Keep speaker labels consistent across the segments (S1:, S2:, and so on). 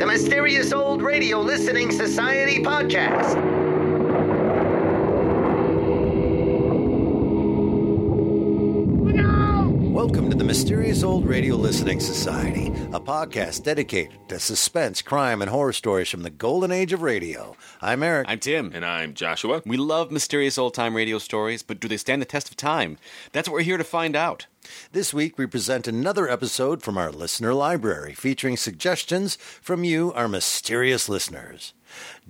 S1: The Mysterious Old Radio Listening Society podcast.
S2: Welcome to the Mysterious Old Radio Listening Society, a podcast dedicated to suspense, crime, and horror stories from the golden age of radio. I'm Eric.
S3: I'm Tim.
S4: And I'm Joshua.
S3: we love mysterious old time radio stories, but do they stand the test of time? That's what we're here to find out.
S2: this week, we present another episode from our listener library featuring suggestions from you, our mysterious listeners.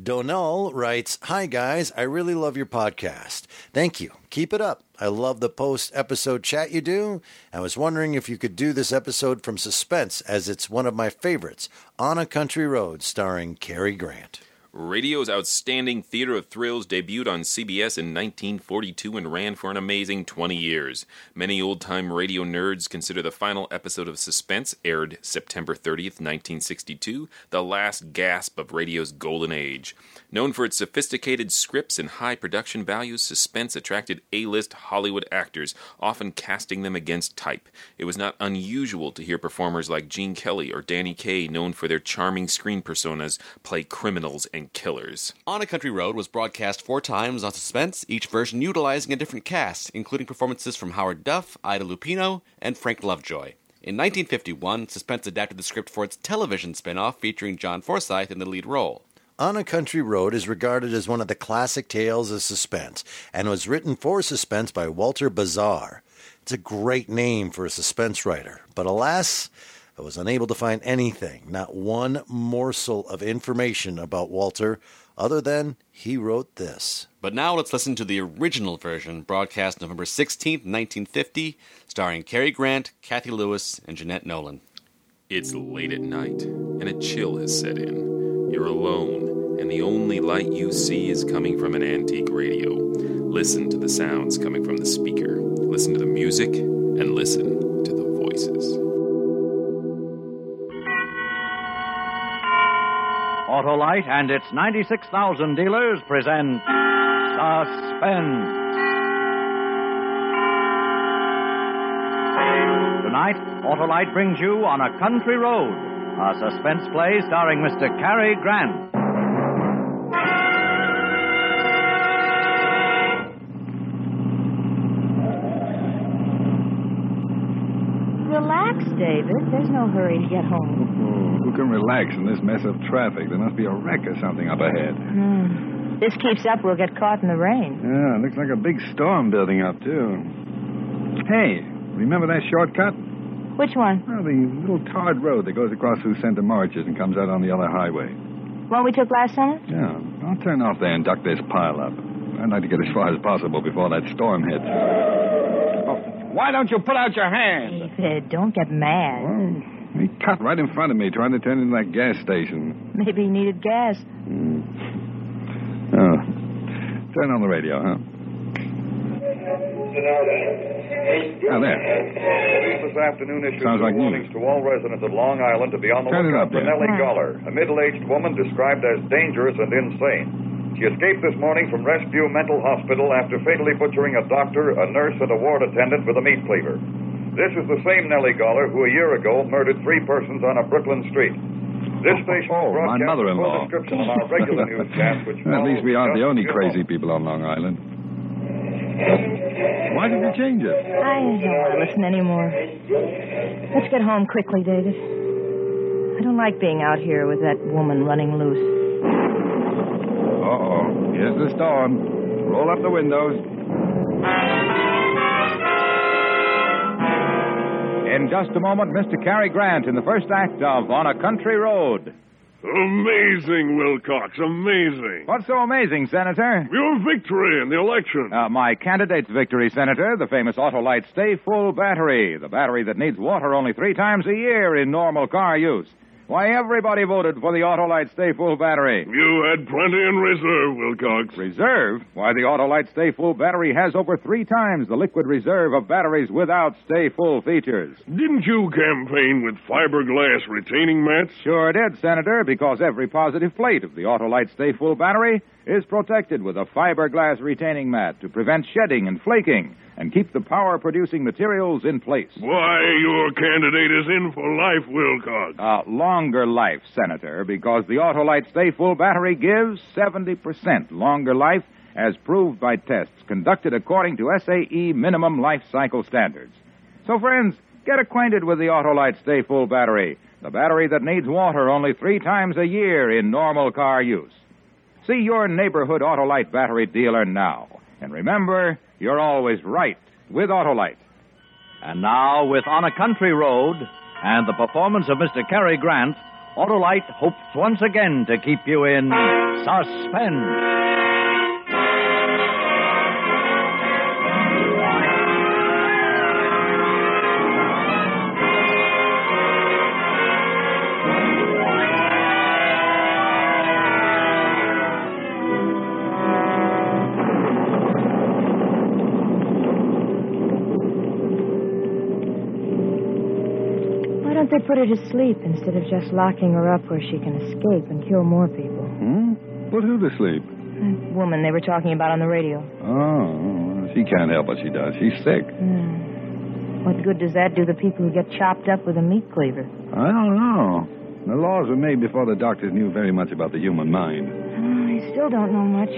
S2: Donal writes Hi, guys. I really love your podcast. Thank you. Keep it up. I love the post episode chat you do. I was wondering if you could do this episode from suspense, as it's one of my favorites On a Country Road, starring Cary Grant.
S4: Radio's outstanding theater of thrills debuted on CBS in 1942 and ran for an amazing 20 years. Many old time radio nerds consider the final episode of Suspense, aired September 30th, 1962, the last gasp of radio's golden age. Known for its sophisticated scripts and high production values, Suspense attracted A list Hollywood actors, often casting them against type. It was not unusual to hear performers like Gene Kelly or Danny Kaye, known for their charming screen personas, play criminals and killers.
S3: On a Country Road was broadcast four times on Suspense, each version utilizing a different cast, including performances from Howard Duff, Ida Lupino, and Frank Lovejoy. In 1951, Suspense adapted the script for its television spin off featuring John Forsythe in the lead role.
S2: On a Country Road is regarded as one of the classic tales of suspense and was written for suspense by Walter Bazaar. It's a great name for a suspense writer, but alas, I was unable to find anything, not one morsel of information about Walter, other than he wrote this.
S3: But now let's listen to the original version, broadcast November 16th, 1950, starring Cary Grant, Kathy Lewis, and Jeanette Nolan.
S4: It's late at night, and a chill has set in. You're alone, and the only light you see is coming from an antique radio. Listen to the sounds coming from the speaker. Listen to the music, and listen to the voices.
S5: Autolite and its 96,000 dealers present Suspense. Tonight, Autolite brings you On a Country Road, a suspense play starring Mr. Cary Grant.
S6: Relax, David. There's no hurry to get
S7: Oh,
S6: home.
S7: who can relax in this mess of traffic? There must be a wreck or something up ahead. Hmm.
S6: This keeps up, we'll get caught in the rain.
S7: Yeah, looks like a big storm building up, too. Hey, remember that shortcut?
S6: Which one?
S7: Well, the little tarred road that goes across through Santa Marches and comes out on the other highway.
S6: One we took last summer?
S7: Yeah, I'll turn off there and duck this pile up. I'd like to get as far as possible before that storm hits. why don't you put out your hand?
S6: David, don't get mad.
S7: Well, he cut right in front of me trying to turn into that gas station.
S6: Maybe he needed gas.
S7: Hmm. Oh. Turn on the radio, huh? Ah, there.
S8: Police this afternoon issued
S7: Sounds
S8: two
S7: like
S8: warnings
S7: news.
S8: to all residents of Long Island to be on the
S7: Turn it
S8: lookout
S7: up,
S8: for
S7: yeah.
S8: Nellie
S6: Wow.
S8: Goller, a middle-aged woman described as dangerous and insane. She escaped this morning from Rescue Mental Hospital after fatally butchering a doctor, a nurse, and a ward attendant with a meat cleaver. This is the same Nellie Goller who a year ago murdered three persons on a Brooklyn street. This station
S7: Oh, my
S8: broadcasts
S7: mother-in-law.
S8: full description on our regular newscast, which
S7: At least we aren't
S8: follows
S7: the only
S8: just a
S7: crazy
S8: moment.
S7: people on Long Island. Why did you change it?
S6: I don't want to listen anymore. Let's get home quickly, David. I don't like being out here with that woman running loose.
S7: Uh-oh. Here's the storm. Roll up the windows. In just a moment, Mr. Cary Grant in the first act of On a Country Road.
S9: Amazing, Wilcox, amazing.
S5: What's so amazing, Senator?
S9: Your victory in the election.
S5: Uh, my candidate's victory, Senator, the famous Autolite Stay Full battery, the battery that needs water only three times a year in normal car use.
S10: Why, everybody voted for the Autolite Stay Full battery.
S9: You had plenty in reserve, Wilcox.
S10: Reserve? Why, the Autolite Stay Full battery has over three times the liquid reserve of batteries without Stay Full features.
S9: Didn't you campaign with fiberglass retaining mats?
S10: Sure did, Senator, because every positive plate of the Autolite Stay Full battery is protected with a fiberglass retaining mat to prevent shedding and flaking and keep the power producing materials in place.
S9: Why, your candidate is in for life, Wilcox.
S10: Uh, longer life, Senator, because the Autolite Stay Full battery gives 70% longer life as proved by tests conducted according to SAE minimum life cycle standards. So, friends, get acquainted with the Autolite Stay Full battery, the battery that needs water only three times a year in normal car use. See your neighborhood Autolite battery dealer now. And remember, you're always right with Autolite.
S5: And now, with On a Country Road and the performance of Mr. Cary Grant, Autolite hopes once again to keep you in suspense.
S6: Why don't they put her to sleep instead of just locking her up where she can escape and kill more people?
S7: Hmm? Put who to sleep?
S6: That woman they were talking about on the radio.
S7: Oh, she can't help it. She does. She's sick.
S6: What good does that do the people who get chopped up with a meat cleaver?
S7: I don't know. The laws were made before the doctors knew very much about the human mind.
S6: I still don't know much.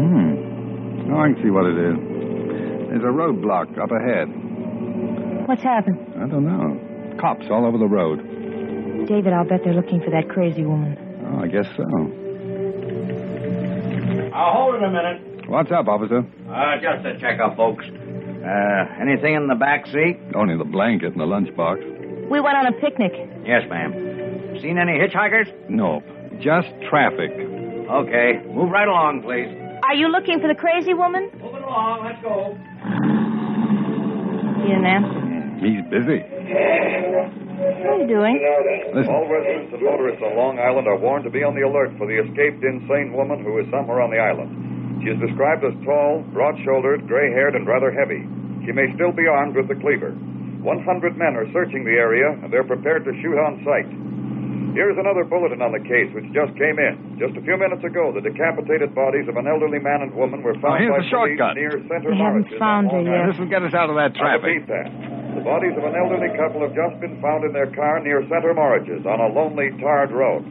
S7: Hmm. Oh, I can see what it is. There's a roadblock up ahead.
S6: What's happened?
S7: I don't know. Cops all over the road.
S6: David, I'll bet they're looking for that crazy woman.
S7: Oh, I guess so.
S11: Now, hold it a minute.
S7: What's up, officer?
S11: Uh, just a checkup, folks. Uh, anything in the back seat?
S7: Only the blanket and the lunchbox.
S6: We went on a picnic.
S11: Yes, ma'am. Seen any hitchhikers?
S7: Nope. Just traffic.
S11: Okay. Move right along, please.
S6: Are you looking for the crazy woman?
S11: Move it along. Let's go.
S6: You didn't answer.
S7: He's busy.
S6: What are you doing?
S8: All residents and motorists on Long Island are warned to be on the alert for the escaped insane woman who is somewhere on the island. She is described as tall, broad shouldered, gray haired, and rather heavy. She may still be armed with the cleaver. 100 men are searching the area, and they're prepared to shoot on sight. Here's another bulletin on the case which just came in. Just a few minutes ago, the decapitated bodies of an elderly man and woman were
S7: Oh,
S8: found
S7: here's
S8: by
S7: the
S8: police
S7: shortcut.
S8: near Center
S6: We haven't
S8: Morris.
S6: found her
S7: Oh, Now,
S6: yet.
S7: this will get us out of
S8: I
S7: that traffic.
S8: repeat that. The bodies of an elderly couple have just been found in their car near Center Morridge's on a lonely, tarred road.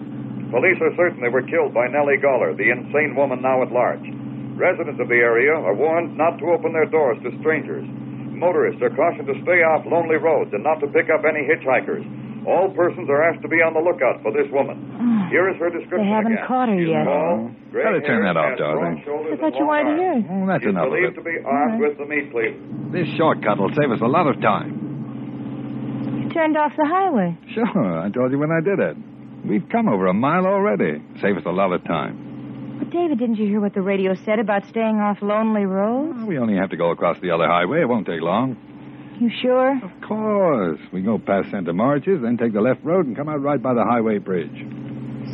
S8: Police are certain they were killed by Nellie Goller, the insane woman now at large. Residents of the area are warned not to open their doors to strangers. Motorists are cautioned to stay off lonely roads and not to pick up any hitchhikers. All persons are asked to be on the lookout for this woman. Here is her description.
S6: They haven't
S8: again.
S6: caught her
S8: She's
S6: yet.
S8: tall,
S7: Better turn
S8: gray-haired,
S7: that off,
S8: has
S7: darling.
S8: broad shoulders
S6: I thought
S8: and
S6: you
S8: long
S6: wanted to
S8: arms.
S6: hear it.
S7: Oh, that's
S8: She's
S7: enough
S8: believed
S7: of
S8: to
S7: it.
S8: be armed
S6: All right.
S8: with the meat cleaver.
S7: This shortcut will save us a lot of time.
S6: You turned off the highway.
S7: Sure, I told you when I did it. We've come over a mile already. Save us a lot of time.
S6: But David, didn't you hear what the radio said about staying off lonely roads?
S7: We only have to go across the other highway. It won't take long.
S6: You sure?
S7: Of course. We go past Santa Marches, then take the left road and come out right by the highway bridge.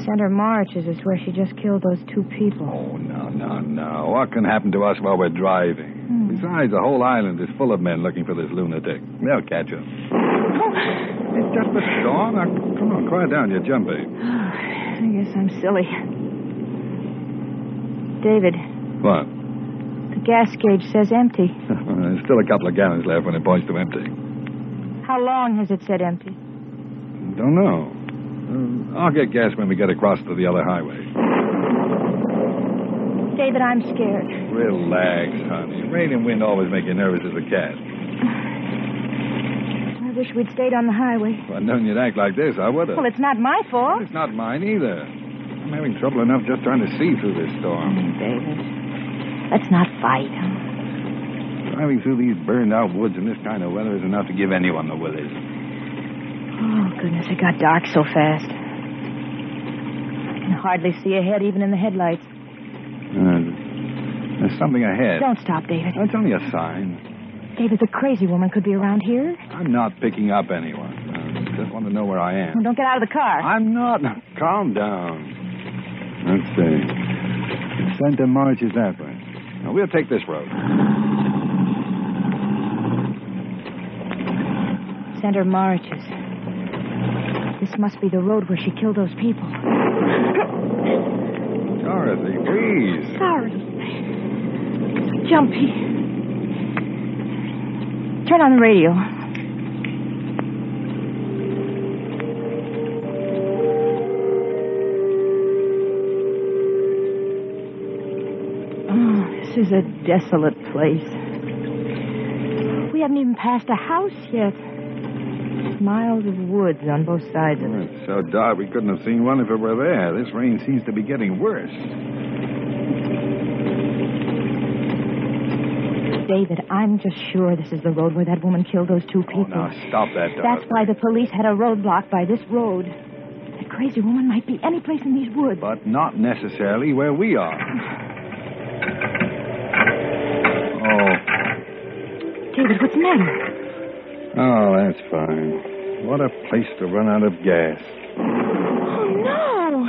S6: Center Marches is where she just killed those two people.
S7: Oh, no, no, no. What can happen to us while we're driving?
S6: Hmm.
S7: Besides, the whole island is full of men looking for this lunatic. They'll catch him. It's just a storm. Now, come on, quiet down. You're jumping.
S6: I guess I'm silly. David,
S7: What? Uh,
S6: the gas gauge says empty.
S7: There's still a couple of gallons left when it points to empty.
S6: How long has it said empty?
S7: Don't know. Um, I'll get gas when we get across to the other highway.
S6: David, I'm scared.
S7: Relax, honey. Rain and wind always make you nervous as a cat.
S6: I wish we'd stayed on the highway.
S7: If I'd known you'd act like this, I would have.
S6: Well, it's not my fault.
S7: It's not mine either. I'm having trouble enough just trying to see through this storm.
S6: David, let's not fight.
S7: Driving through these burned out woods in this kind of weather is enough to give anyone the willies.
S6: Oh, goodness, it got dark so fast. I can hardly see ahead, even in the headlights.
S7: Uh, there's something ahead.
S6: Don't stop, David.
S7: That's only a sign.
S6: David, the crazy woman could be around here.
S7: I'm not picking up anyone. Uh, Just want to know where I am.
S6: Well, don't get out of the car.
S7: I'm not. Calm down. Let's see. Santa March is that way. Now, we'll take this road.
S6: Center Marches. This must be the road where she killed those people.
S7: Dorothy, please.
S6: Sorry. Jumpy. Turn on the radio. Oh, this is a desolate place. We haven't even passed a house yet. Miles of woods on both sides of it.
S7: So dark, we couldn't have seen one if it were there. This rain seems to be getting worse.
S6: David, I'm just sure this is the road where that woman killed those two people.
S7: Now, stop that,
S6: That's
S7: Dorothy.
S6: why the police had a roadblock by this road. That crazy woman might be any place in these woods.
S7: But not necessarily where we are. Oh,
S6: David, what's the matter?
S7: oh, that's fine. What a place to run out of gas.
S6: Oh, no.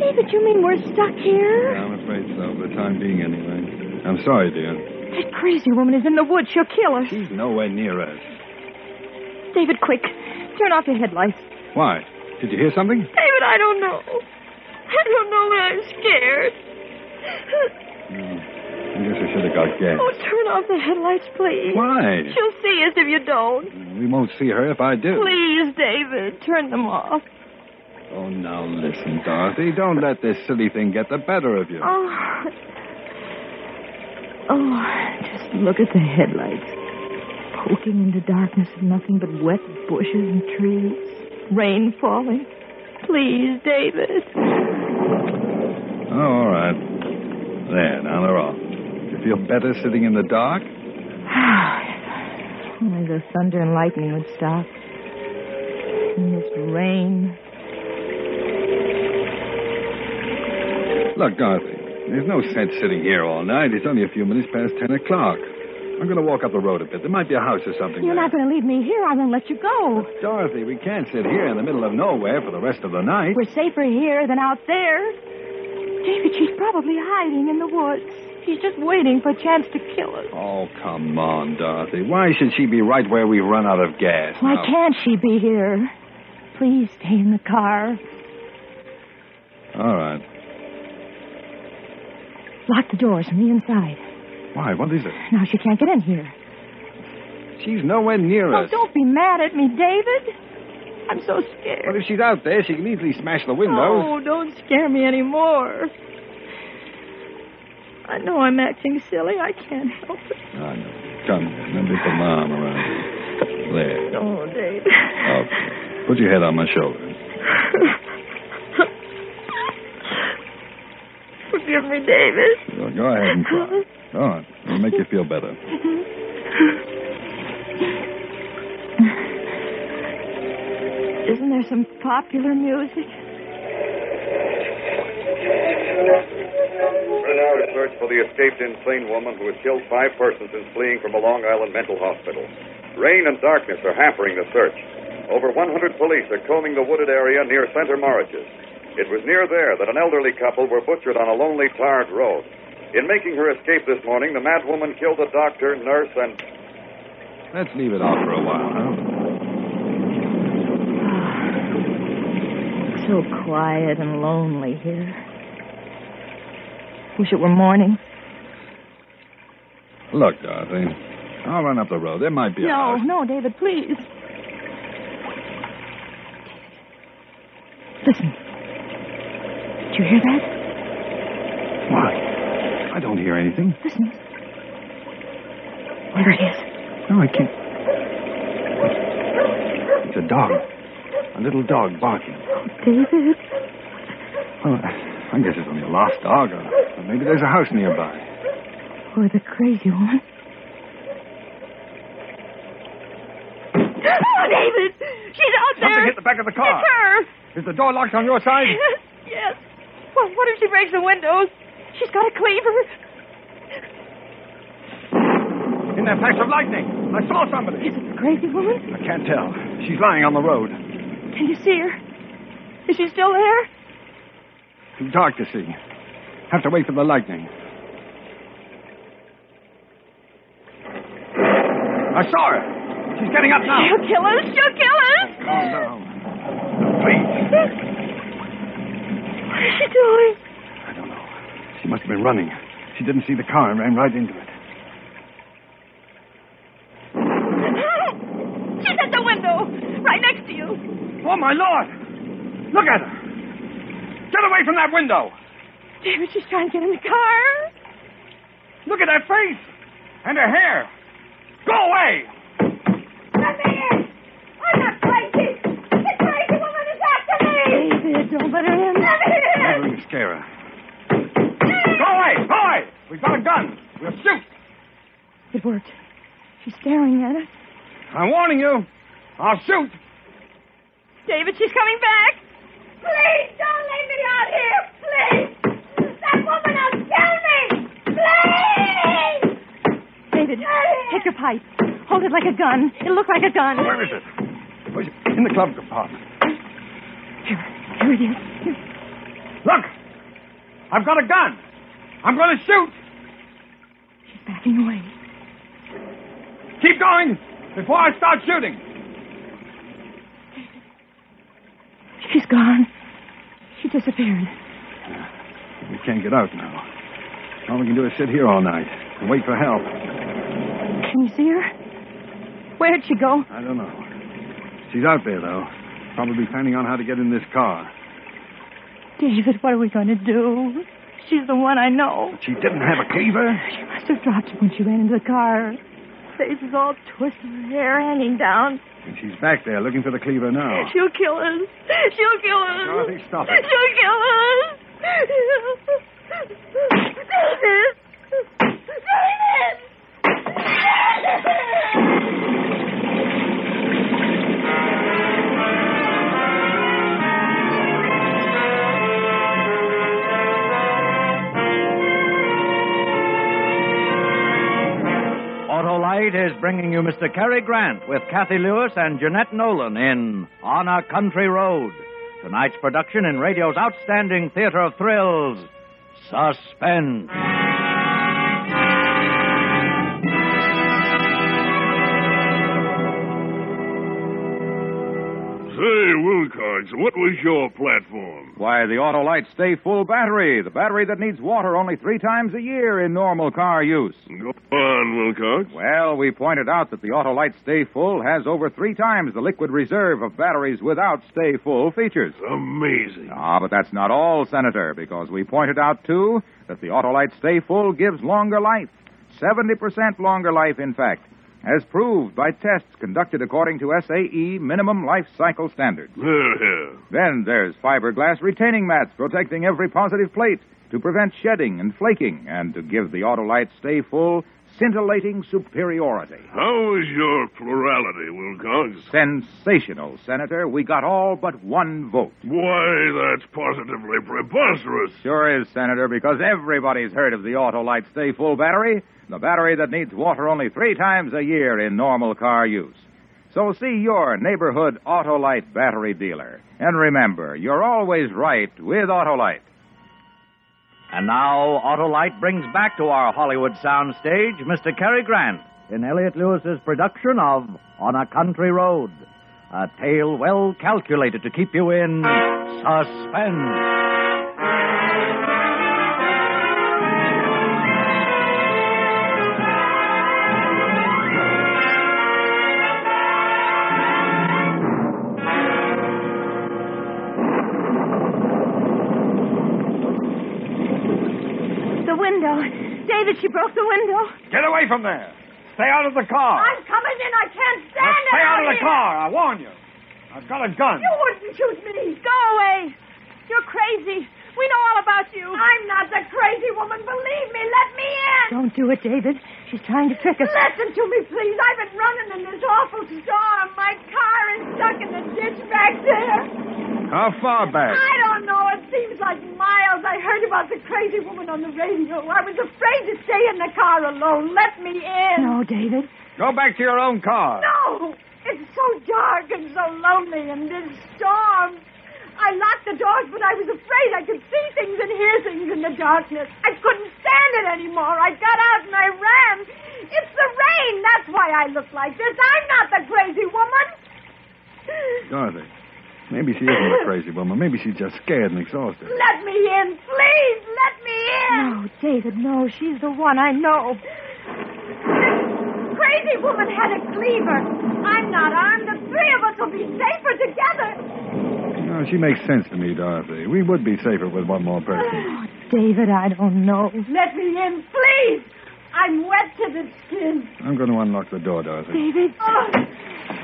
S6: David, you mean we're stuck here?
S7: I'm afraid so, for the time being, anyway. I'm sorry, dear.
S6: That crazy woman is in the woods. She'll kill us.
S7: She's nowhere near us.
S6: David, quick. Turn off your headlights.
S7: Why? Did you hear something?
S12: David, I don't know. I don't know, but I'm scared.
S7: I guess I should have got gas.
S12: Oh, turn off the headlights, please.
S7: Why?
S12: She'll see us if you don't.
S6: Oh,
S7: We won't see her if I do.
S12: Please, David, turn them off.
S7: Oh, now listen, Dorothy. Don't let this silly thing get the better of you.
S6: Oh. Oh, just look at the headlights. Poking into darkness of nothing but wet bushes and trees. Rain falling.
S12: Please, David.
S7: Oh, all right. There, now they're off. You feel better sitting in the dark?
S6: Only the thunder and lightning would stop. And this rain.
S7: Look, Dorothy, there's no sense sitting here all night. It's only a few minutes past 10 o'clock. I'm going to walk up the road a bit. There might be a house or something.
S6: You're
S7: there.
S6: not going to leave me here. I won't let you go.
S7: Dorothy, we can't sit here in the middle of nowhere for the rest of the night.
S6: We're safer here than out there. David, she's probably hiding in the woods. She's just waiting for a chance to kill us.
S7: Oh, come on, Dorothy. Why should she be right where we run out of gas?
S6: Why
S7: now?
S6: can't she be here? Please stay in the car.
S7: All right.
S6: Lock the doors from the inside.
S7: Why? What is it?
S6: Now she can't get in here.
S7: She's nowhere near
S6: Oh,
S7: us.
S6: don't be mad at me, David. I'm so scared.
S7: But if she's out there, she can easily smash the windows.
S12: Oh, don't scare me anymore. I know I'm acting silly. I can't help it.
S7: I know. Come, let me put my arm around you. There.
S12: Oh, David.
S7: Okay. Put your head on my shoulder.
S12: Forgive me, David.
S7: Well, Go ahead and cry. Go on. It'll make you feel better.
S6: Isn't there some popular
S8: We're
S6: music?
S8: now to search for the escaped insane woman who has killed five persons since fleeing from a Long Island mental hospital. Rain and darkness are hampering the search. Over 100 police are combing the wooded area near Center Marriages. It was near there that an elderly couple were butchered on a lonely, tarred road. In making her escape this morning, the madwoman killed a doctor, nurse, and
S7: Let's leave it off for a while, huh?
S6: So quiet and lonely here. Wish it were morning.
S7: Look, Dorothy. I'll run up the road. There might be a
S6: no,
S7: house.
S6: no, David, please. Listen. Did you hear that?
S7: Why? I don't hear anything.
S6: Listen. There it is.
S7: No, I can't. It's a dog. A little dog barking.
S6: David.
S7: Well, I I guess it's only a lost dog, or or maybe there's a house nearby.
S6: Or the crazy woman.
S12: Oh, David! She's out there!
S7: Something hit the back of the car.
S12: It's her!
S7: Is the door locked on your side?
S12: yes. Well, what if she breaks the windows? She's got a cleaver.
S7: In that flash of lightning, I saw somebody.
S6: Crazy woman?
S7: I can't tell. She's lying on the road.
S12: Can you see her? Is she still there?
S7: Too dark to see. Have to wait for the lightning. I saw her. She's getting up now. Oh,
S12: She'll kill us. She'll kill us.
S7: Calm down.
S12: What is she doing?
S7: She must have been running. She didn't see the car and ran right into it.
S12: She's at the window, right next to you.
S7: Oh, my Lord! Look at her! Get away from that window!
S12: David, she's trying to get in the car.
S7: Look at that face! And her hair! Go away!
S6: David, don't let her in.
S7: Never scare her. Go away! Go away! We've got a gun. We'll shoot.
S6: It worked. She's staring at us.
S7: I'm warning you. I'll shoot.
S12: David, she's coming back. Please don't leave me out here. Please. That woman will kill me. Please.
S6: David, take your pipe. Hold it like a gun. It'll look like a gun.
S7: Where is it? Where's it? In the glove compartment.
S6: Here it is.
S7: Look! I've got a gun. I'm going to shoot.
S6: She's backing away.
S7: Keep going before I start shooting.
S6: She's gone. She disappeared.
S7: We can't get out now. All we can do is sit here all night and wait for help.
S6: Can you see her? Where'd she go?
S7: I don't know. She's out there, though. Probably planning on how to get in this car.
S6: David, what are we going to do? She's the one I know.
S7: She didn't have a cleaver.
S6: She must have dropped it when she ran into the car. Face is all twisted, hair hanging down.
S7: And she's back there looking for the cleaver now.
S12: She'll kill us. She'll kill us.
S7: Dorothy, Oh. stop it.
S12: She'll kill us. David. David.
S5: Autolite is bringing you Mr. Cary Grant with Kathy Lewis and Jeanette Nolan in On a Country Road. Tonight's production in radio's outstanding theater of thrills, Suspense.
S9: Say, Wilcox, what was your platform?
S10: Why, the Autolite Stay Full battery, the battery that needs water only three times a year in normal car use.
S9: Go on, Wilcox.
S10: Well, we pointed out that the Autolite Stay Full has over three times the liquid reserve of batteries without Stay Full features.
S9: Oh. Amazing.
S10: Ah, but that's not all, Senator, because we pointed out, too, that the Autolite Stay Full gives longer life. 70% longer life, in fact, as proved by tests conducted according to SAE minimum life cycle standards.
S9: There, here.
S10: Then there's fiberglass retaining mats protecting every positive plate to prevent shedding and flaking and to give the Autolite Stay Full scintillating superiority.
S9: How was your plurality, Wilcox?
S10: Sensational, Senator. We got all but one vote.
S9: Why, that's positively preposterous.
S10: Sure is, Senator, because everybody's heard of the Autolite Stay Full battery, the battery that needs water only three times a year in normal car use. So see your neighborhood Autolite battery dealer. And remember, you're always right with Autolite.
S5: And now Autolite brings back to our Hollywood soundstage Mr. Cary Grant in Elliot Lewis's production of On a Country Road, a tale well calculated to keep you in suspense.
S12: The window. David, she broke the window.
S7: Get away from there. Stay out of the car.
S12: I'm coming in. I can't stand
S7: Now,
S12: it.
S7: stay out of the
S12: here.
S7: car. I warn you. I've got a gun.
S12: You wouldn't shoot me. Go away. You're crazy. We know all about you. I'm not the crazy woman. Believe me. Let me in.
S6: Don't do it, David. She's trying to trick us.
S12: Listen to me, please. I've been running in this awful storm. My car is stuck in the ditch back there.
S10: How far back?
S12: I don't know. It seems like miles. I heard about the crazy woman on the radio. I was afraid to stay in the car alone. Let me in.
S6: No, David.
S10: Go back to your own car.
S12: No! It's so so dark and so lonely in this storm. I locked the doors, but I was afraid I could see things and hear things in the darkness. I couldn't stand it anymore. I got out and I ran. It's the rain. That's why I look like this. I'm not the crazy woman.
S7: Dorothy, maybe she isn't a crazy woman. Maybe she's just scared and exhausted.
S12: Let me in, please. Let me in.
S6: No, David, no. She's the one I know.
S12: Crazy woman had a cleaver. I'm not armed. The three of us will be safer together.
S7: No, she makes sense to me, Dorothy. We would be safer with one more person.
S6: David, I don't know.
S12: Let me in, please. I'm wet to the skin.
S7: I'm going to unlock the door, Dorothy.
S6: David.
S12: Oh,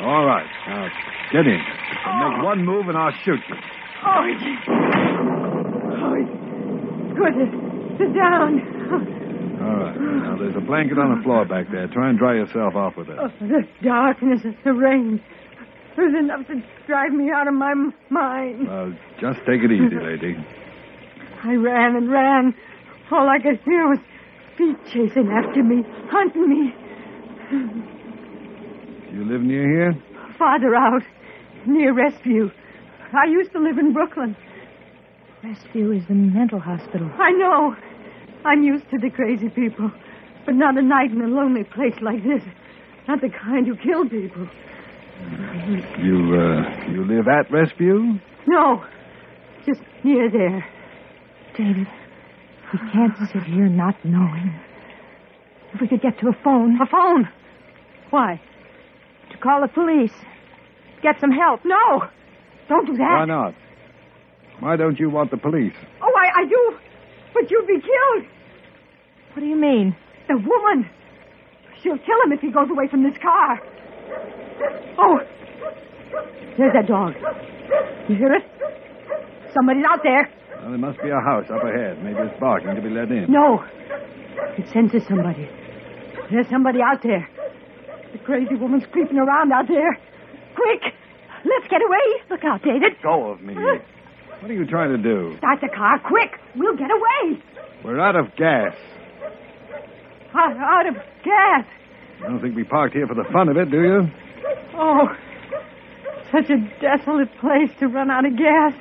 S7: All right. Now, get in. And make one move, and I'll shoot you.
S6: Oh, goodness. Sit down.
S7: All right. Now, there's a blanket on the floor back there. Try and dry yourself off with it.
S6: Oh, the darkness and the rain. It was enough to drive me out of my m- mind.
S7: Well, just take it easy, lady.
S6: I ran and ran. All I could hear was feet chasing after me, hunting me.
S7: You live near here?
S6: Farther out, near Rescue. I used to live in Brooklyn. Rescue is the mental hospital. I know. I'm used to the crazy people, but not a night in a lonely place like this. Not the kind who kill people.
S7: You, uh, you live at Rescue?
S6: No, just near there. David, we can't sit here not knowing. If we could get to a phone. A phone? Why? To call the police. Get some help. No! Don't do
S7: Why
S6: that.
S7: not? Why don't you want the police?
S6: Oh, I, I do. But you'll be killed. What do you mean? The woman. She'll kill him if he goes away from this car. Oh, there's that dog. You hear it? Somebody's out there.
S7: Well, there must be a house up ahead. Maybe it's barking to be let in.
S6: No. It senses somebody. There's somebody out there. The crazy woman's creeping around out there. Quick! Let's get away! Look out, David!
S7: Go of me. What are you trying to do?
S6: Start the car, quick! We'll get away!
S7: We're out of gas.
S6: Out, out of gas!
S7: I don't think we parked here for the fun of it, do you?
S6: Oh, such a desolate place to run out of gas.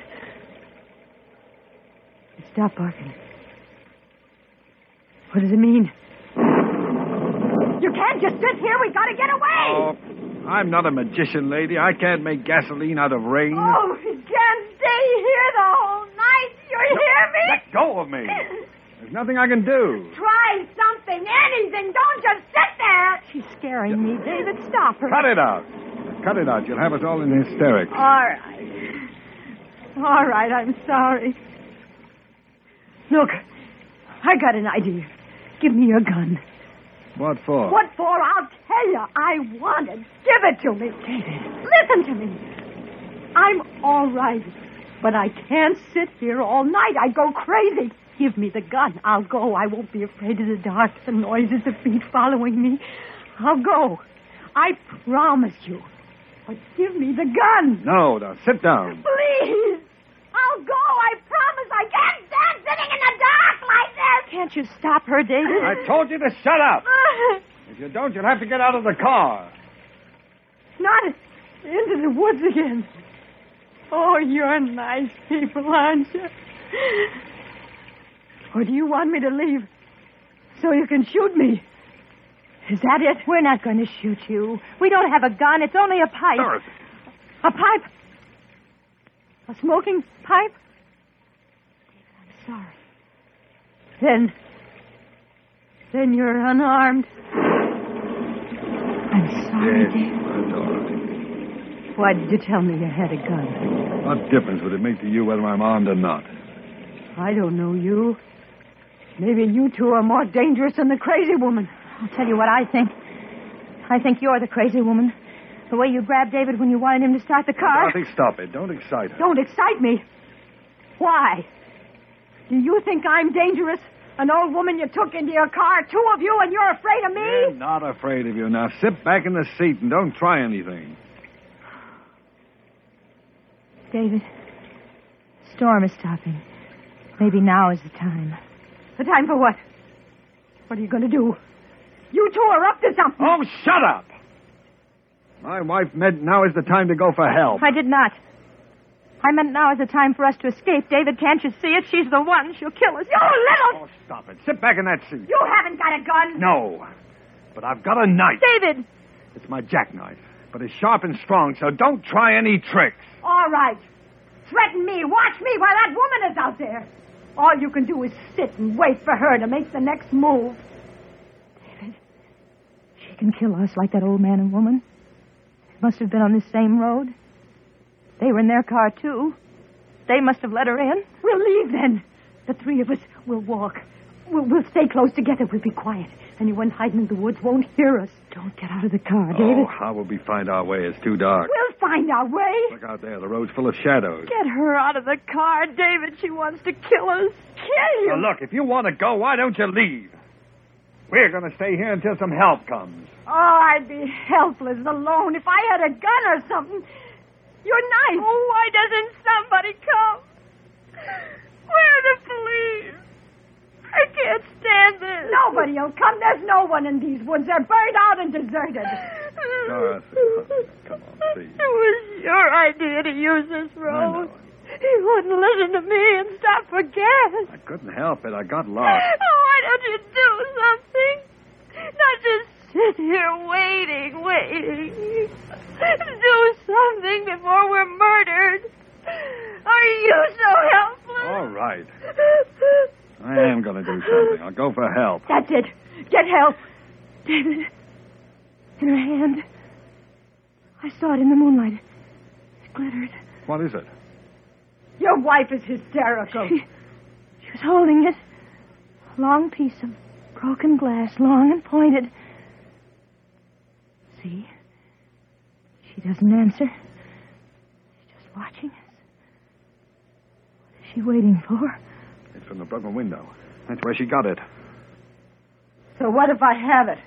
S6: Stop barking. What does it mean?
S12: you can't just sit here. We gotta get away.
S7: Oh, I'm not a magician, lady. I can't make gasoline out of rain.
S12: Oh, we can't stay here the whole night. You hear me?
S7: Let go of me. There's nothing I can do.
S12: Try something, anything. Don't just sit there.
S6: She's scaring me. David, stop her.
S7: Cut it out. Cut it out. You'll have us all in hysterics.
S6: All right. All right, I'm sorry. Look, I got an idea. Give me your gun.
S7: What for?
S12: What for? I'll tell you. I want it. Give it to me.
S6: Listen to me. I'm all right, but I can't sit here all night. I go crazy. Give me the gun. I'll go. I won't be afraid of the dark, the noises, the feet following me. I'll go. I promise you. But give me the gun.
S13: Oh,
S7: No, now sit down.
S12: Please. I'll go. I promise. I can't stand sitting in the dark like this.
S6: Can't you stop her, David?
S7: I told you to shut up. If you don't, you'll have to get out of the car.
S6: Not into the woods again. Oh, you're nice people, aren't you? Or do you want me to leave so you can shoot me? Is that it? We're not going to shoot you. We don't have a gun. It's only a pipe.
S9: Dorothy.
S6: A pipe. A smoking pipe? I'm sorry. Then. Then you're unarmed. I'm sorry, David. Why did you tell me you had a gun?
S7: What difference would it make to you whether I'm armed or not?
S6: I don't know you. Maybe you two are more dangerous than the crazy woman.
S14: I'll tell you what I think. I think you're the crazy woman. The way you grabbed David when you wanted him to start the car.
S7: Dorothy, stop it. Don't excite her.
S6: Don't excite me. Why? Do you think I'm dangerous? An old woman you took into your car, two of you, and you're afraid of me?
S7: I'm not afraid of you. Now sit back in the seat and don't try anything.
S14: David, storm is stopping. Maybe now is the time.
S6: The time for what? What are you going to do? You two are up to something.
S7: Oh, shut up!
S13: My wife meant now is the time to go for help.
S6: I did not. I meant now is the time for us to escape. David, can't you see it? She's the one. She'll kill us.
S12: You little.
S13: Oh, Stop it. Sit back in that seat.
S12: You haven't got a gun.
S13: No. But I've got a knife.
S6: David!
S13: It's my jackknife. But it's sharp and strong, so don't try any tricks.
S12: All right. Threaten me. Watch me while that woman is out there. All you can do is sit and wait for her to make the next move.
S6: She can kill us like that old man and woman. It must have been on this same road. They were in their car, too. They must have let her in.
S7: We'll leave then. The three of us will walk. We'll, we'll stay close together. We'll be quiet. Anyone hiding in the woods won't hear us.
S6: Don't get out of the car,
S13: Oh,
S6: David.
S13: how will we find our way? It's too dark.
S7: We'll find our way.
S13: Look out there. The road's full of shadows.
S6: Get her out of the car, David. She wants to kill us. Kill
S13: Now, look, if you want to go, why don't you leave? We're going to stay here until some help comes.
S12: Oh, I'd be helpless alone if I had a gun or something. Your knife. Oh, why doesn't somebody come? Where are the police? I can't stand this. Nobody'll come. There's no one in these woods. They're burned out and deserted.
S13: Dorothy,
S12: come on, please. It was your idea to use this road. He wouldn't listen to me and stop for gas.
S13: I couldn't help it. I got
S12: Oh,
S13: lost.
S12: why don't you do something? Not just sit here waiting, waiting. Do something before we're murdered. Are you so helpless?
S13: All right. I am going to do something. I'll go for help.
S7: That's it. Get help.
S6: David. In her hand. I saw it in the moonlight. It glittered.
S13: What is it?
S12: Your wife is hysterical.
S6: She was holding it. A long piece of broken glass, long and pointed. See? She doesn't answer. She's just watching us. What is she waiting for?
S13: It's from the broken window. That's where she got it.
S12: So what if I have it?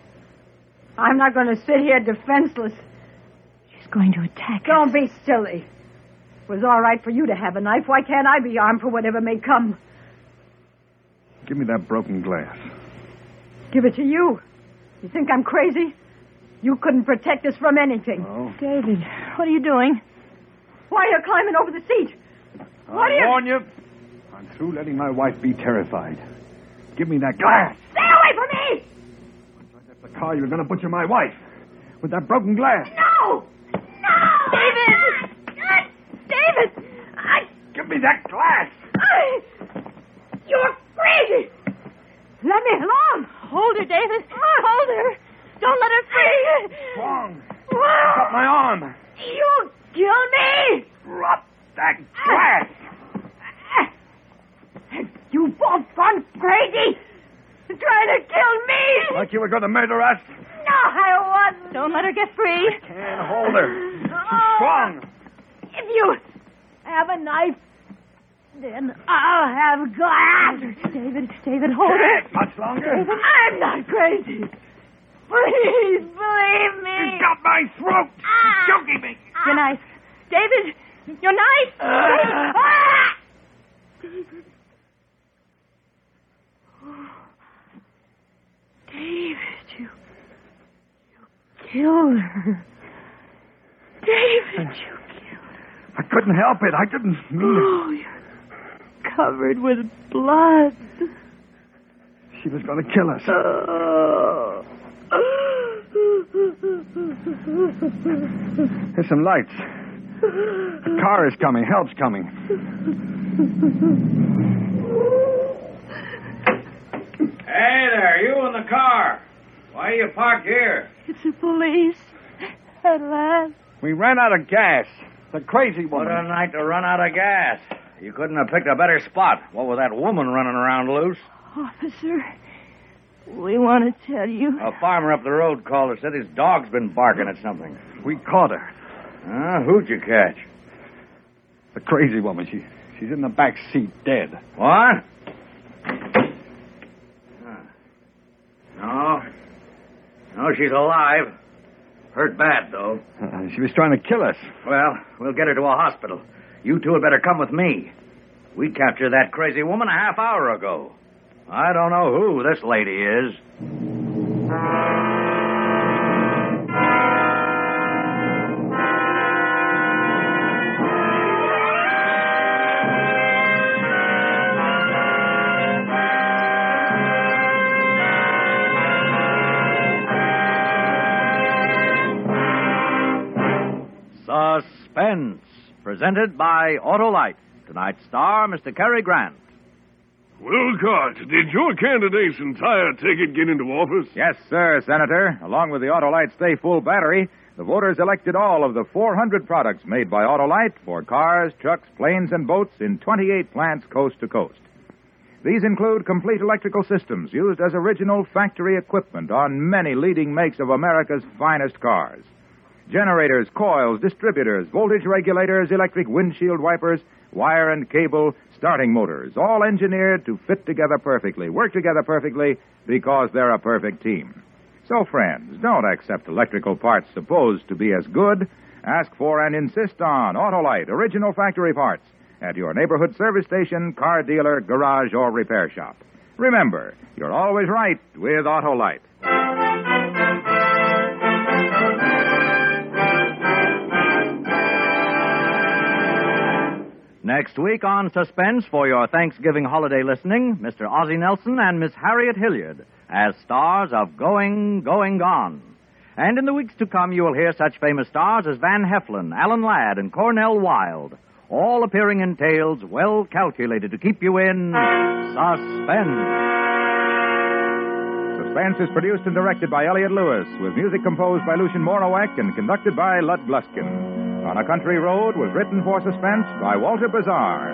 S12: I'm not going to sit here defenseless.
S6: She's going to attack
S12: Don't be silly. It was all right for you to have a knife. Why can't I be armed for whatever may come?
S13: Give me that broken glass.
S12: Give it to you. You think I'm crazy? You couldn't protect us from anything.
S13: Oh.
S6: David, what are you doing?
S12: Why are you climbing over the seat? What
S13: I
S12: is-
S13: warn you. I'm through letting my wife be terrified. Give me that glass.
S12: Stay away from me!
S13: The car, you're going to butcher my wife with that broken glass.
S12: No! No! David! David! I...
S13: Give me that glass.
S12: I... You're crazy! Let me alone! Ah. Hold her, David. Hold her. Don't let her free.
S13: Strong.
S12: Whoa!
S13: Cut my arm.
S12: Ah. You'll kill me!
S13: Drop that glass.
S12: Ah. You both gone crazy! Trying to kill me!
S13: Like you were going to murder us.
S12: No, I wasn't.
S6: Don't let her get free.
S13: And hold her.
S12: Oh,
S13: Strong.
S12: If you have a knife, then I'll have glass.
S6: David, David, hold her.
S13: Much longer.
S12: I'm not crazy. Please believe me. Ah.
S13: You got my throat. You're Choking me.
S6: Your knife. David, your knife. David.
S12: Ah!
S6: David, you. You killed her. David, you.
S13: I couldn't help it. I didn't mean
S6: Oh, you're covered with blood. Uh.
S13: it. She was going to kill us. There's some lights. The car is coming. Help's coming.
S5: Hey there, you in the car. Why are you parked here?
S6: It's the police. At last.
S13: We ran out of gas. The crazy
S5: What
S13: woman.
S5: a night to run out of gas. You couldn't have picked a better spot. What with that woman running around loose?
S6: Officer, we want to tell you.
S5: A farmer up the road called and said his dog's been barking at something.
S13: We caught her.
S5: Huh? Who'd you catch?
S13: The crazy woman. She she's in the back seat, dead.
S5: What? Huh. No. No, she's alive. Hurt bad, though.
S13: Uh, she was trying to kill us.
S5: Well, we'll get her to a hospital. You two had better come with me. We captured that crazy woman a half hour ago. I don't know who this lady is. presented by Autolite. Tonight's star, Mr. Cary Grant.
S9: Wilcott, did your candidate's entire ticket get into office?
S10: Yes, sir, Senator. Along with the Autolite Stay Full battery, the voters elected all of the 400 products made by Autolite for cars, trucks, planes, and boats in 28 plants coast to coast. These include complete electrical systems used as original factory equipment on many leading makes of America's finest cars. Generators, coils, distributors, voltage regulators, electric windshield wipers, wire and cable, starting motors, all engineered to fit together perfectly, work together perfectly, because they're a perfect team. So, friends, don't accept electrical parts supposed to be as good. Ask for and insist on Autolite original factory parts at your neighborhood service station, car dealer, garage, or repair shop. Remember, you're always right with Autolite.
S5: Next week on Suspense for your Thanksgiving holiday listening, Mr. Ozzie Nelson and Miss Harriet Hilliard as stars of Going, Going, Gone. And in the weeks to come, you will hear such famous stars as Van Heflin, Alan Ladd, and Cornell Wilde, all appearing in tales well calculated to keep you in suspense.
S10: Suspense is produced and directed by Elliot Lewis, with music composed by Lucian Morawek and conducted by Lud Gluskin. On a Country Road was written for Suspense by Walter Bazaar.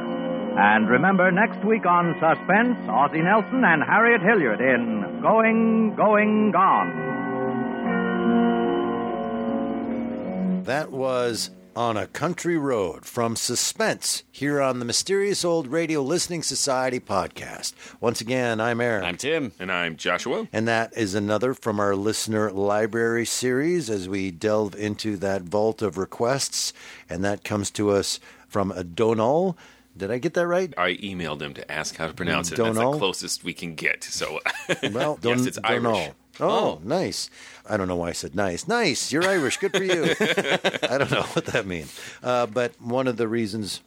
S5: And remember, next week on Suspense, Ozzie Nelson and Harriet Hilliard in Going, Going, Gone.
S2: That was On a Country Road from Suspense here on the Mysterious Old Radio Listening Society podcast. Once again, I'm Aaron. I'm
S3: Tim.
S4: And I'm Joshua.
S2: And that is another from our listener library series as we delve into that vault of requests. And that comes to us from a Donal. Did I get that right?
S4: I emailed him to ask how to pronounce it. That's
S2: Dunno?
S4: the closest we can get. So,
S2: Well, don't,
S4: yes, it's
S2: don't
S4: Irish.
S2: know. Oh, nice. I don't know why I said nice. Nice. You're Irish. Good for you. I don't know what that means. Uh, but one of the reasons,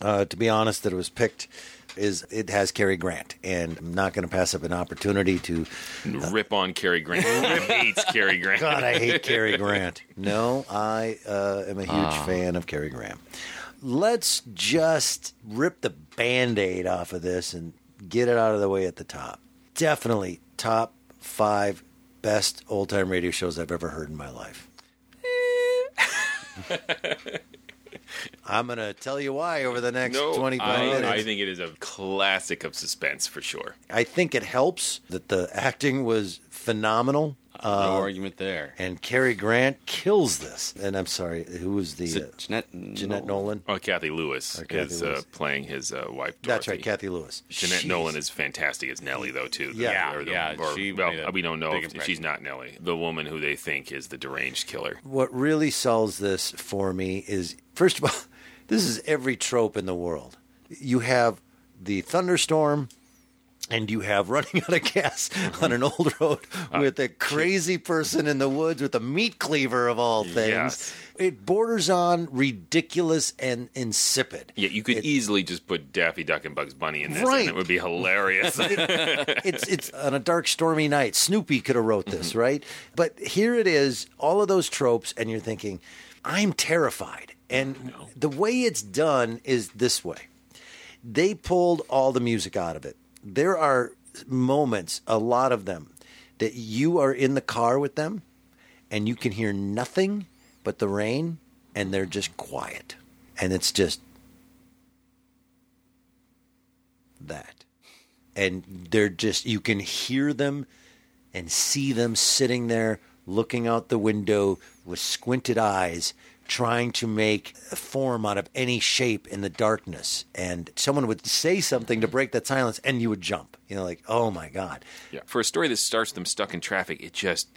S2: uh, to be honest, that it was picked is it has Cary Grant. And I'm not going to pass up an opportunity to.
S4: Rip on Cary Grant. Rip hates Cary Grant.
S2: God, I hate Cary Grant. No, I uh, am a huge
S4: Ah.
S2: fan of Cary Grant. Let's just rip the band aid off of this and get it out of the way at the top. Definitely top five best old time radio shows I've ever heard in my life. I'm going to tell you why over the next
S4: No,
S2: 25
S4: I,
S2: minutes.
S4: I think it is a classic of suspense for sure.
S2: I think it helps that the acting was phenomenal.
S3: no
S2: Uh,
S3: argument there.
S2: And Cary Grant kills this. And I'm sorry, who was the uh,
S3: Jeanette,
S2: Jeanette Nolan?
S4: Oh, Kathy Lewis
S2: Or Kathy
S4: is Uh,
S2: Lewis.
S4: playing his uh, wife. Dorothy.
S2: That's right, Kathy Lewis.
S4: Jeanette
S2: She's-
S4: Nolan is fantastic as Nellie, though, too. The-
S2: Yeah.
S4: the-
S3: Yeah,
S4: or-
S3: she
S4: well,
S3: made a
S4: we don't know
S3: big
S4: if
S3: impression.
S4: she's not Nellie, the woman who they think is the deranged killer.
S2: What really sells this for me is first of all, this is every trope in the world. You have the thunderstorm, and you have running out of gas on an old road with a crazy person in the woods with a meat cleaver of all things.
S4: Yes.
S2: It borders on ridiculous and insipid.
S4: Yeah, you could easily just put Daffy Duck and Bugs Bunny in this,
S2: Right.
S4: and it would be hilarious.
S2: it's it's on a dark stormy night snoopy could have wrote this right but here it is all of those tropes and you're thinking i'm terrified and the way it's done is this way they pulled all the music out of it there are moments a lot of them that you are in the car with them and you can hear nothing but the rain and they're just quiet and it's just that and they're just you can hear them and see them sitting there looking out the window with squinted eyes trying to make a form out of any shape in the darkness and someone would say something to break that silence and you would jump you know like oh my god
S4: yeah. For a story that starts them stuck in traffic, it just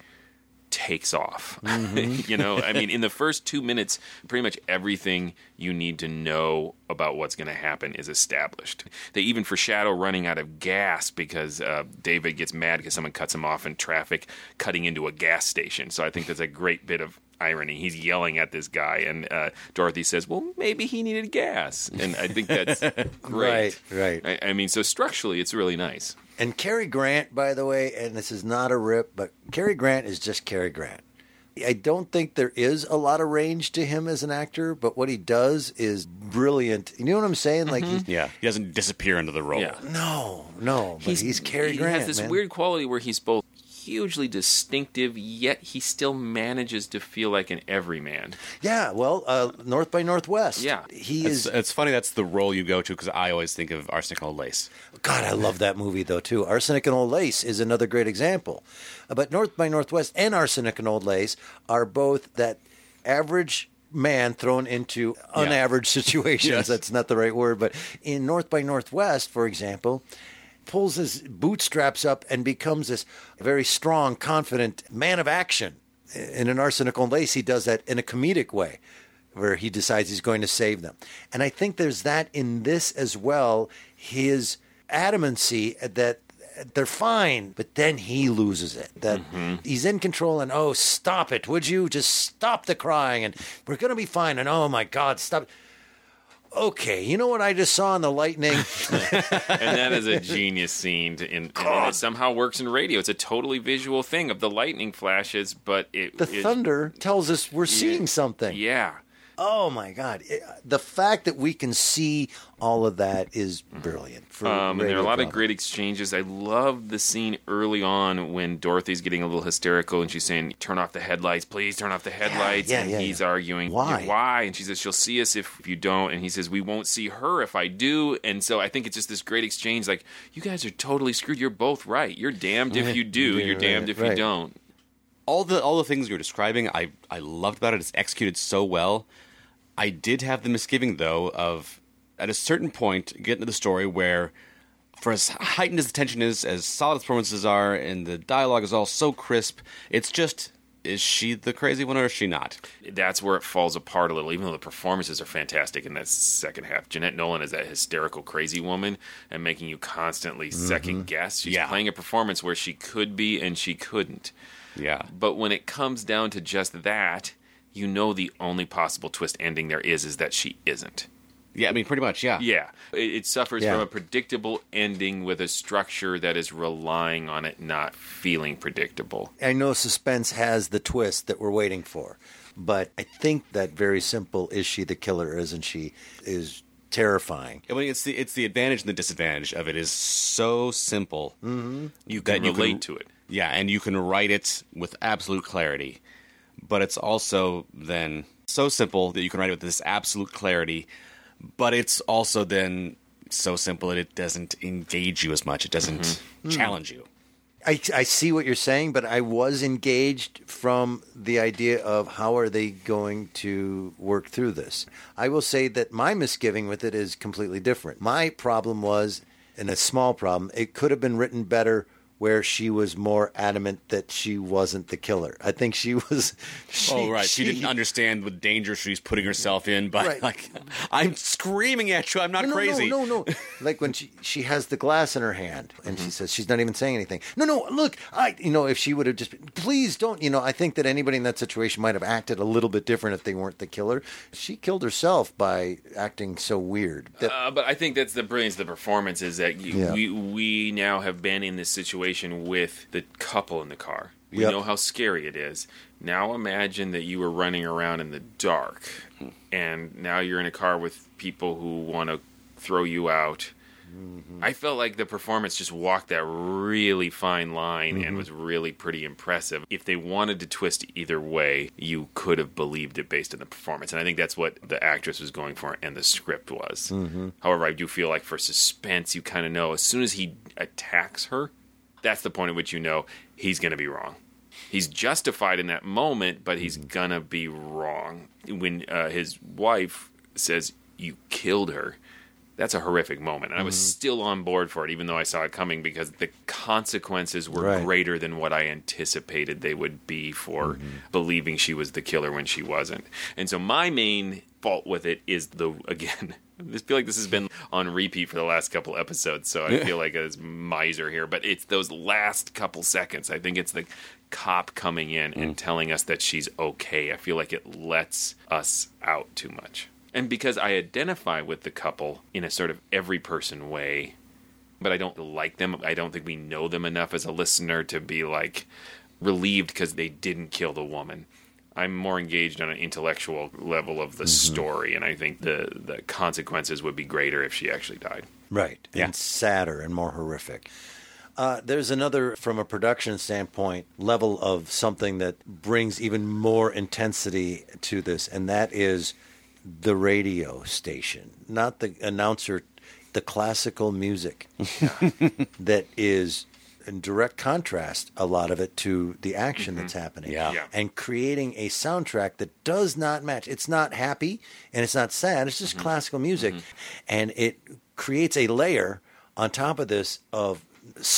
S4: takes off.
S2: Mm-hmm.
S4: you know, I mean, in the first two minutes, pretty much everything you need to know about what's going to happen is established. They even foreshadow running out of gas because uh, David gets mad because someone cuts him off in traffic, cutting into a gas station. So I think that's a great bit of irony. He's yelling at this guy, and uh, Dorothy says, "Well, maybe he needed gas," and I think that's great.
S2: Right,
S4: right. I, I mean, so structurally, it's really nice.
S2: And Cary Grant, by the way, and this is not a rip, but Cary Grant is just Cary Grant. I don't think there is a lot of range to him as an actor, but what he does is brilliant. You know what I'm saying?
S4: Mm-hmm.
S2: Like he's
S3: Yeah, he doesn't disappear into the role.
S4: Yeah.
S2: no, no, but he's, Cary
S4: he
S2: Grant.
S4: has this
S2: man.
S4: weird quality where he's both hugely distinctive, yet he still manages to feel like an everyman.
S2: Yeah, well, uh, North by Northwest.
S4: Yeah.
S2: he is.
S4: That's-
S3: It's funny that's the role you go to because I always think of Arsenic and Old Lace.
S2: God, I love that movie though too. Arsenic and Old Lace is another great example. Uh, But North by Northwest and Arsenic and Old Lace are both that average man thrown into unaverage situations.
S3: Yes.
S2: That's not the right word, but in North by Northwest, for example, pulls his bootstraps up and becomes this very strong, confident man of action. In an Arsenic and Old Lace, he does that in a comedic way where he decides he's going to save them. And I think there's that in this as well his adamancy that they're fine, but then he loses it. That he's in control and, oh, stop it, would you? Just stop the crying and we're going to be fine. And, oh my God, stop. Okay, you know what I just saw in the lightning?
S4: and that is a genius scene. To, and, and it somehow works in radio. It's a totally visual thing of the lightning flashes, but it
S2: the
S4: it-
S2: thunder tells us we're seeing something.
S4: Yeah.
S2: Oh my God. It- the fact that we can see all of that is brilliant. For
S4: Mm-hmm. Um, and there are a
S2: radio
S4: lot
S2: drama.
S4: of great exchanges. I love the scene early on when Dorothy's getting a little hysterical and she's saying, "Turn off the headlights, please. Turn off the headlights."
S2: yeah,
S4: and
S2: yeah,
S4: he's arguing,
S2: Why?
S4: Why?" And she says, "She'll see us if, if you don't." And he says, "We won't see her if I do." And so I think it's just this great exchange. Like, you guys are totally screwed. You're both right. You're damned if you do.
S3: Yeah,
S4: You're
S3: right,
S4: damned if you
S3: right.
S4: don't.
S3: all the all the things you're describing, I I loved about it. It's executed so well. I did have the misgiving though of at a certain point getting to the story where, for as heightened as the tension is, as solid as performances are, and the dialogue is all so crisp, it's just is she the crazy one or is she not?
S4: that's where it falls apart a little. Even though the performances are fantastic in that second half, Jeanette Nolan is that hysterical, crazy woman, and making you constantly
S3: Mm-hmm.
S4: second guess. She's playing a performance where she could be and she couldn't.
S3: Yeah.
S4: But when it comes down to just that, you know the only possible twist ending there is is that she isn't.
S3: Yeah, I mean pretty much. Yeah.
S4: Yeah, it, it suffers
S3: Ah. Yeah.
S4: from a predictable ending with a structure that is relying on it not feeling predictable.
S2: I know suspense has the twist that we're waiting for, but I think that very simple is she the killer, or isn't she, is terrifying.
S3: I mean, it's the it's the advantage and the disadvantage of it is so simple.
S2: Mhm.
S3: You
S4: can relate to it.
S3: Yeah, and you can write it with absolute clarity. But it's also then so simple that you can write it with this absolute clarity. But it's also then so simple that it doesn't engage you as much. It doesn't
S2: Mhm.
S3: challenge you.
S2: I, I see what you're saying, but I was engaged from the idea of how are they going to work through this. I will say that my misgiving with it is completely different. My problem was, and a small problem, it could have been written better where she was more adamant that she wasn't the killer. I think she was.
S3: oh right, she, didn't understand the danger she's putting herself in. But
S2: Right.
S3: like, I'm screaming at you. I'm not
S2: no, no,
S3: crazy.
S2: No, no, no. like when she she has the glass in her hand and
S3: Mm-hmm.
S2: she says she's not even saying anything. No, no. Look, I you know if she would have just been, please don't you know I think that anybody in that situation might have acted a little bit different if they weren't the killer. She killed herself by acting so weird. That,
S4: uh, but I think that's the brilliance of the performance is that you,
S2: Yeah.
S4: we we now have been in this situation with the couple in the car. We
S2: Yep.
S4: know how scary it is. Now imagine that you were running around in the dark,
S2: Hmm.
S4: and now you're in a car with people who want to throw you out. I felt like the performance just walked that really fine line and
S15: Mhm.
S4: was really pretty impressive. If they wanted to twist either way, you could have believed it based on the performance. And I think that's what the actress was going for and the script was.
S15: Mhm.
S4: However, I do feel like for suspense, you kind of know as soon as he attacks her, that's the point at which you know he's going to be wrong. He's justified in that moment, but he's going to be wrong. When uh, his wife says, You killed her, that's a horrific moment. And I was
S15: Mhm.
S4: still on board for it, even though I saw it coming, because the consequences were
S15: Right.
S4: greater than what I anticipated they would be for
S15: Mm-hmm.
S4: believing she was the killer when she wasn't. And so my main fault with it is the again. I feel like this has been on repeat for the last couple episodes, so I
S15: Yeah.
S4: feel like a miser here. But it's those last couple seconds. I think it's the cop coming in and telling us that she's okay. I feel like it lets us out too much. And because I identify with the couple in a sort of every person way, but I don't like them. I don't think we know them enough as a listener to be like relieved because they didn't kill the woman. I'm more engaged on an intellectual level of the story, and I think the the consequences would be greater if she actually died.
S2: Right. And sadder and more horrific. Uh, there's another, from a production standpoint, level of something that brings even more intensity to this, and that is the radio station, not the announcer, the classical music that is in direct contrast, a lot of it, to the action that's happening.
S3: Yeah. Yeah.
S2: And creating a soundtrack that does not match. It's not happy and it's not sad. It's just classical music. And it creates a layer on top of this of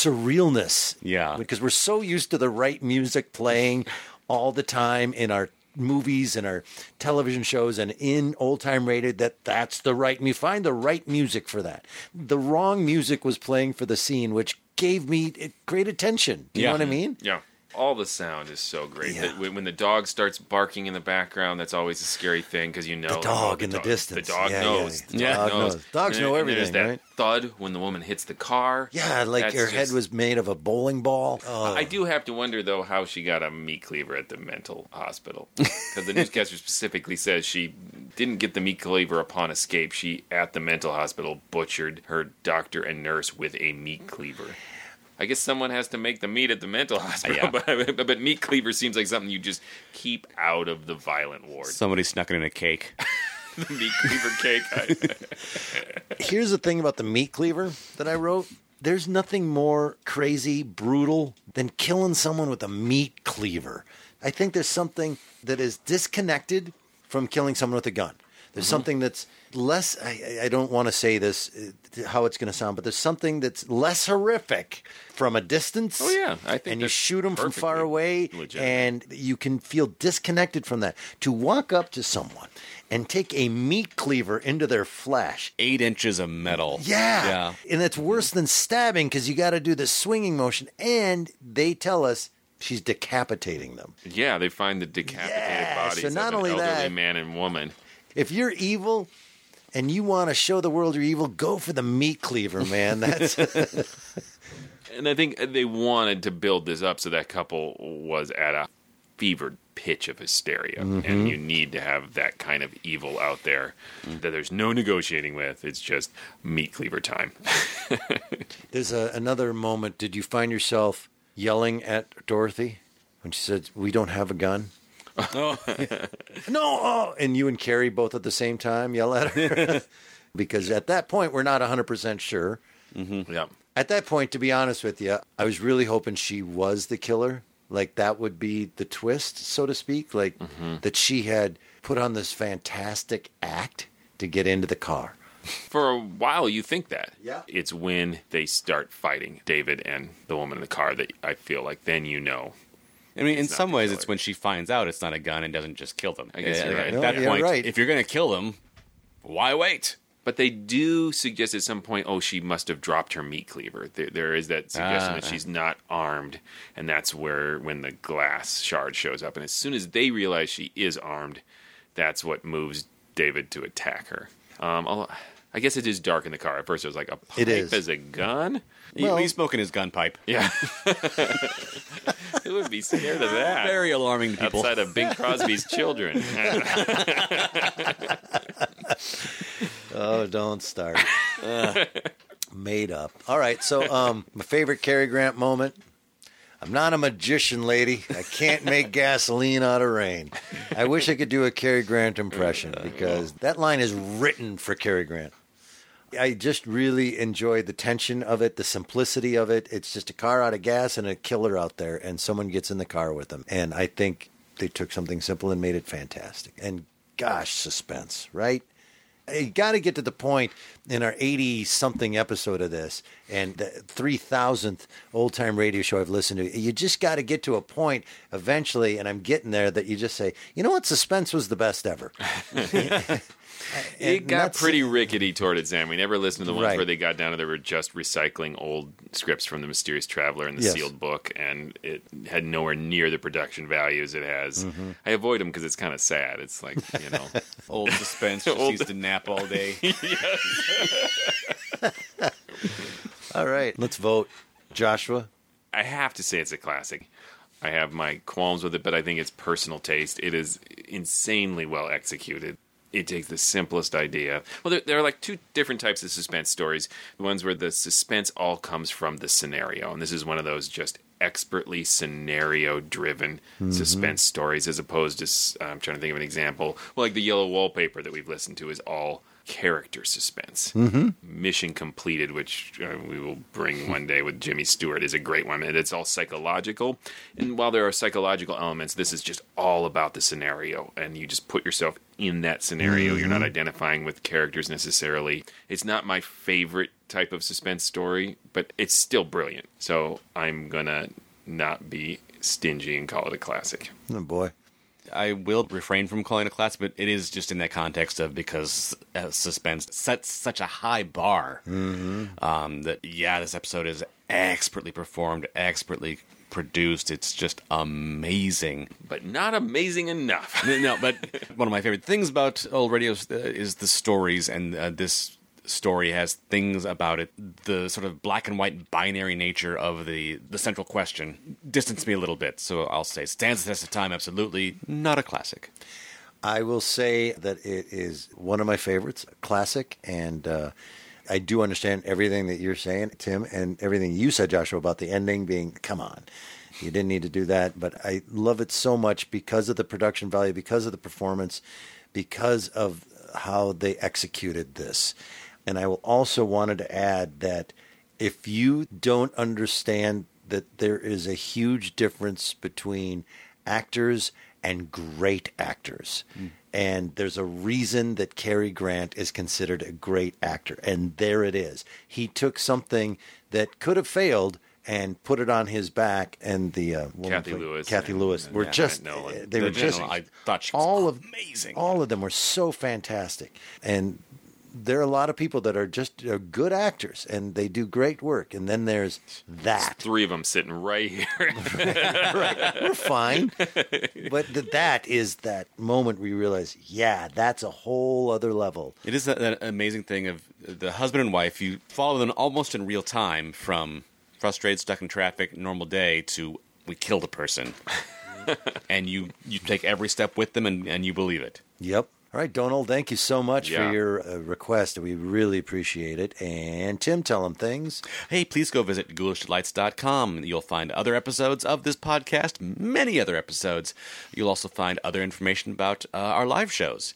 S2: surrealness. Yeah. Because we're so used to the right music playing all the time in our movies and our television shows and in old time radio that that's the right you find the right music for that the wrong music was playing for the scene which gave me it created tension do you know what i mean
S4: Yeah. All the sound is so great. That when when the dog starts barking in the background, that's always a scary thing because you know like, oh,
S2: dog in the distance.
S4: The dog
S2: Yeah, yeah,
S4: knows.
S2: yeah. The
S4: The dog
S2: dog
S4: knows.
S2: knows. Dogs
S4: And
S2: know
S4: then- and
S2: everything,
S4: There's that
S2: right?
S4: thud when the woman hits the car.
S2: yeah like
S4: That's
S2: your head
S4: just-
S2: was made of a bowling ball oh
S4: I do have to wonder though how she got a meat cleaver at the mental hospital because the newscaster specifically says she didn't get the meat cleaver upon escape. She at the mental hospital butchered her doctor and nurse with a meat cleaver. I guess someone has to make the meat at the mental hospital, but, but meat cleaver seems like something you just keep out of the violent ward.
S3: Somebody snuck it in a cake.
S4: the meat cleaver cake.
S2: here's the thing about the meat cleaver that I wrote. There's nothing more crazy, brutal than killing someone with a meat cleaver. I think there's something that is disconnected from killing someone with a gun. There's
S15: Mhm.
S4: Mm-hmm.
S2: something that's less, I, I- I don't want to say this, uh, how it's going to sound, but there's something that's less horrific from a distance.
S4: Oh, yeah. I think
S2: And you
S4: that's
S2: shoot them from far
S4: perfectly
S2: away,
S4: legitimate.
S2: and you can feel disconnected from that. To walk up to someone and take a meat cleaver into their flesh
S3: Eight inches of metal.
S2: yeah.
S3: Yeah.
S2: And that's worse than stabbing because you got to do the swinging motion. And they tell us she's decapitating them.
S4: yeah, they find the decapitated
S2: Yeah,
S4: bodies
S2: so not
S4: of
S2: only
S4: an elderly
S2: that-
S4: man and woman.
S2: If you're evil and you want to show the world you're evil, go for the meat cleaver, man. That's.
S4: And I think they wanted to build this up so that couple was at a fevered pitch of hysteria. And
S15: Mhm.
S4: you need to have that kind of evil out there that there's no negotiating with. It's just meat cleaver time.
S2: There's a, another moment. Did you find yourself yelling at Dorothy when she said, We don't have a gun?
S4: Oh.
S2: no, oh, and you and Carrie both at the same time yell at her because at that point we're not 100% sure.
S4: Mm-hmm. Yeah.
S2: At that point, to be honest with you, I was really hoping she was the killer. Like that would be the twist, so to speak. Like
S4: Mm-hmm.
S2: that she had put on this fantastic act to get into the car.
S4: For a while, you think that.
S2: Yeah.
S4: It's when they start fighting David and the woman in the car that I feel like then you know.
S3: I mean, in
S4: It's not
S3: some
S4: the
S3: ways, it's when she finds out it's not a gun and doesn't just kill them.
S4: I guess you're
S3: Uh,
S4: right.
S3: At
S4: No,
S3: that
S4: you're
S3: point,
S4: right.
S3: if you're going to kill them, why wait?
S4: But they do suggest at some point, oh, she must have dropped her meat cleaver. There, there is that suggestion that
S3: Ah.
S4: she's not armed, and that's where when the glass shard shows up. And as soon as they realize she is armed, that's what moves David to attack her. Um, although- I guess it is dark in the car. At first, I was like, a pipe
S3: is.
S4: is a gun.
S3: He- Well- he's smoking his gun pipe.
S4: Yeah, who would be scared of that?
S3: Very alarming to people.
S4: Outside of Bing Crosby's children.
S2: Oh, don't start. Made up. All right. So, um, my favorite Cary Grant moment. I'm not a magician, lady. I can't make gasoline out of rain. I wish I could do a Cary Grant impression because that line is written for Cary Grant. I just really enjoyed the tension of it, the simplicity of it. It's just a car out of gas and a killer out there, and someone gets in the car with them. And I think they took something simple and made it fantastic. And gosh, suspense, right? You got to get to the point in our 80 something episode of this and the 3000th old time radio show I've listened to. You just got to get to a point eventually, and I'm getting there, that you just say, you know what? Suspense was the best ever.
S4: It got
S2: that's-
S4: pretty rickety toward its end. We never listened to the ones
S2: Right.
S4: where they got down to they were just recycling old scripts from the Mysterious Traveler and the
S2: Yes.
S4: Sealed Book, and it had nowhere near the production values it has.
S2: Mm-hmm.
S3: Mhm.
S4: I avoid them because it's kind of sad. It's like you know,
S3: Old suspense just used to nap all day.
S2: All right, let's vote. Joshua?
S4: I have to say it's a classic. I have my qualms with it, but I think it's personal taste. It is insanely well executed. It takes the simplest idea. Well, there, there are like two different types of suspense stories. The ones where the suspense all comes from the scenario, and this is one of those just expertly scenario-driven
S2: Mm-hmm.
S15: Mhm.
S4: suspense stories, as opposed to s- I'm trying to think of an example. Well, like the Yellow Wallpaper that we've listened to is all character suspense.
S2: Mm-hmm.
S4: Mission Completed, which uh, we will bring one day with Jimmy Stewart, is a great one. And it's all psychological. And while there are psychological elements, this is just all about the scenario. And you just put yourself in that scenario. You're not
S2: Mm-hmm.
S15: Mhm.
S4: identifying with characters necessarily. It's not my favorite type of suspense story, but it's still brilliant. So I'm going to not be stingy and call it a classic.
S2: Oh, boy.
S3: I will refrain from calling it a classic, but it is just in that context of because uh, suspense sets such a high bar
S2: Mm-hmm.
S3: um, that yeah, this episode is expertly performed, expertly produced. It's just amazing,
S4: but not amazing enough.
S3: no, but one of my favorite things about old radio is, uh, is the stories, and uh, this story has things about it. The sort of black and white binary nature of the the central question distanced me a little bit, so I'll say stands the test of time. Absolutely, not a classic.
S2: I will say that it is one of my favorites, classic, and uh, I do understand everything that you're saying, Tim, and everything you said, Joshua, about the ending being, come on, you didn't need to do that. But I love it so much because of the production value, because of the performance, because of how they executed this. And I will also wanted to add that if you don't understand that there is a huge difference between actors and great actors.
S4: Hmm.
S2: And there's a reason that Cary Grant is considered a great actor. And there it is. He took something that could have failed and put it on his back. And the uh, woman
S4: Kathy
S2: played-
S4: Lewis
S2: Kathy
S4: and-
S2: Lewis,
S4: and
S2: were
S4: Matt
S2: just
S4: Nolan.
S2: they
S4: The
S2: were just
S4: general, I
S3: thought she
S2: all of amazing. All of them were so fantastic, and there are a lot of people that are just uh, good actors and they do great work. And then there's that.
S4: Three of them sitting right here.
S2: right. We're fine. But th- that is that moment we realize, yeah, that's a whole other level.
S3: It is that, that amazing thing of the husband and wife. You follow them almost in real time from frustrated, stuck in traffic, normal day to we killed a person, and you you take every step with them and, and you believe it.
S2: Yep. All right, Donald, thank you so much
S3: Yeah.
S2: for your uh, request. We really appreciate it. And Tim, tell him things.
S3: Hey, please go visit ghoulishdelights.com. You'll find other episodes of this podcast, many other episodes. You'll also find other information about uh, our live shows.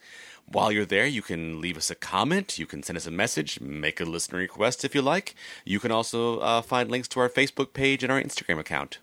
S3: While you're there, you can leave us a comment, you can send us a message, make a listener request if you like. You can also uh, find links to our Facebook page and our Instagram account.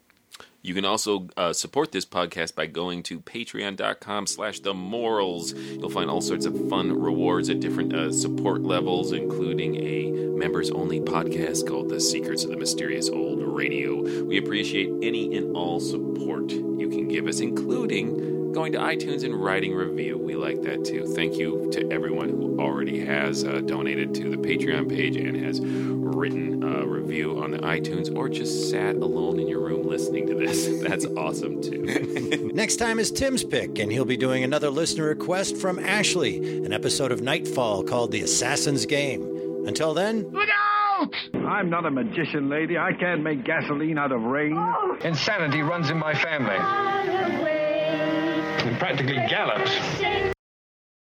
S4: You can also uh, support this podcast by going to patreon.com slash the morals. You'll find all sorts of fun rewards at different uh, support levels, including a members-only podcast called The Secrets of the Mysterious Old Radio. We appreciate any and all support you can give us, including going to iTunes and writing a review. We like that too. Thank you to everyone who already has uh, donated to the Patreon page and has written a review on the iTunes or just sat alone in your room listening to this. That's awesome too.
S2: Next time is Tim's pick, and he'll be doing another listener request from Ashley, an episode of Nightfall called The Assassin's Game. Until then,
S12: Look out!
S7: I'm not a magician, lady. I can't make gasoline out of rain. Insanity runs in my family. It practically gallops.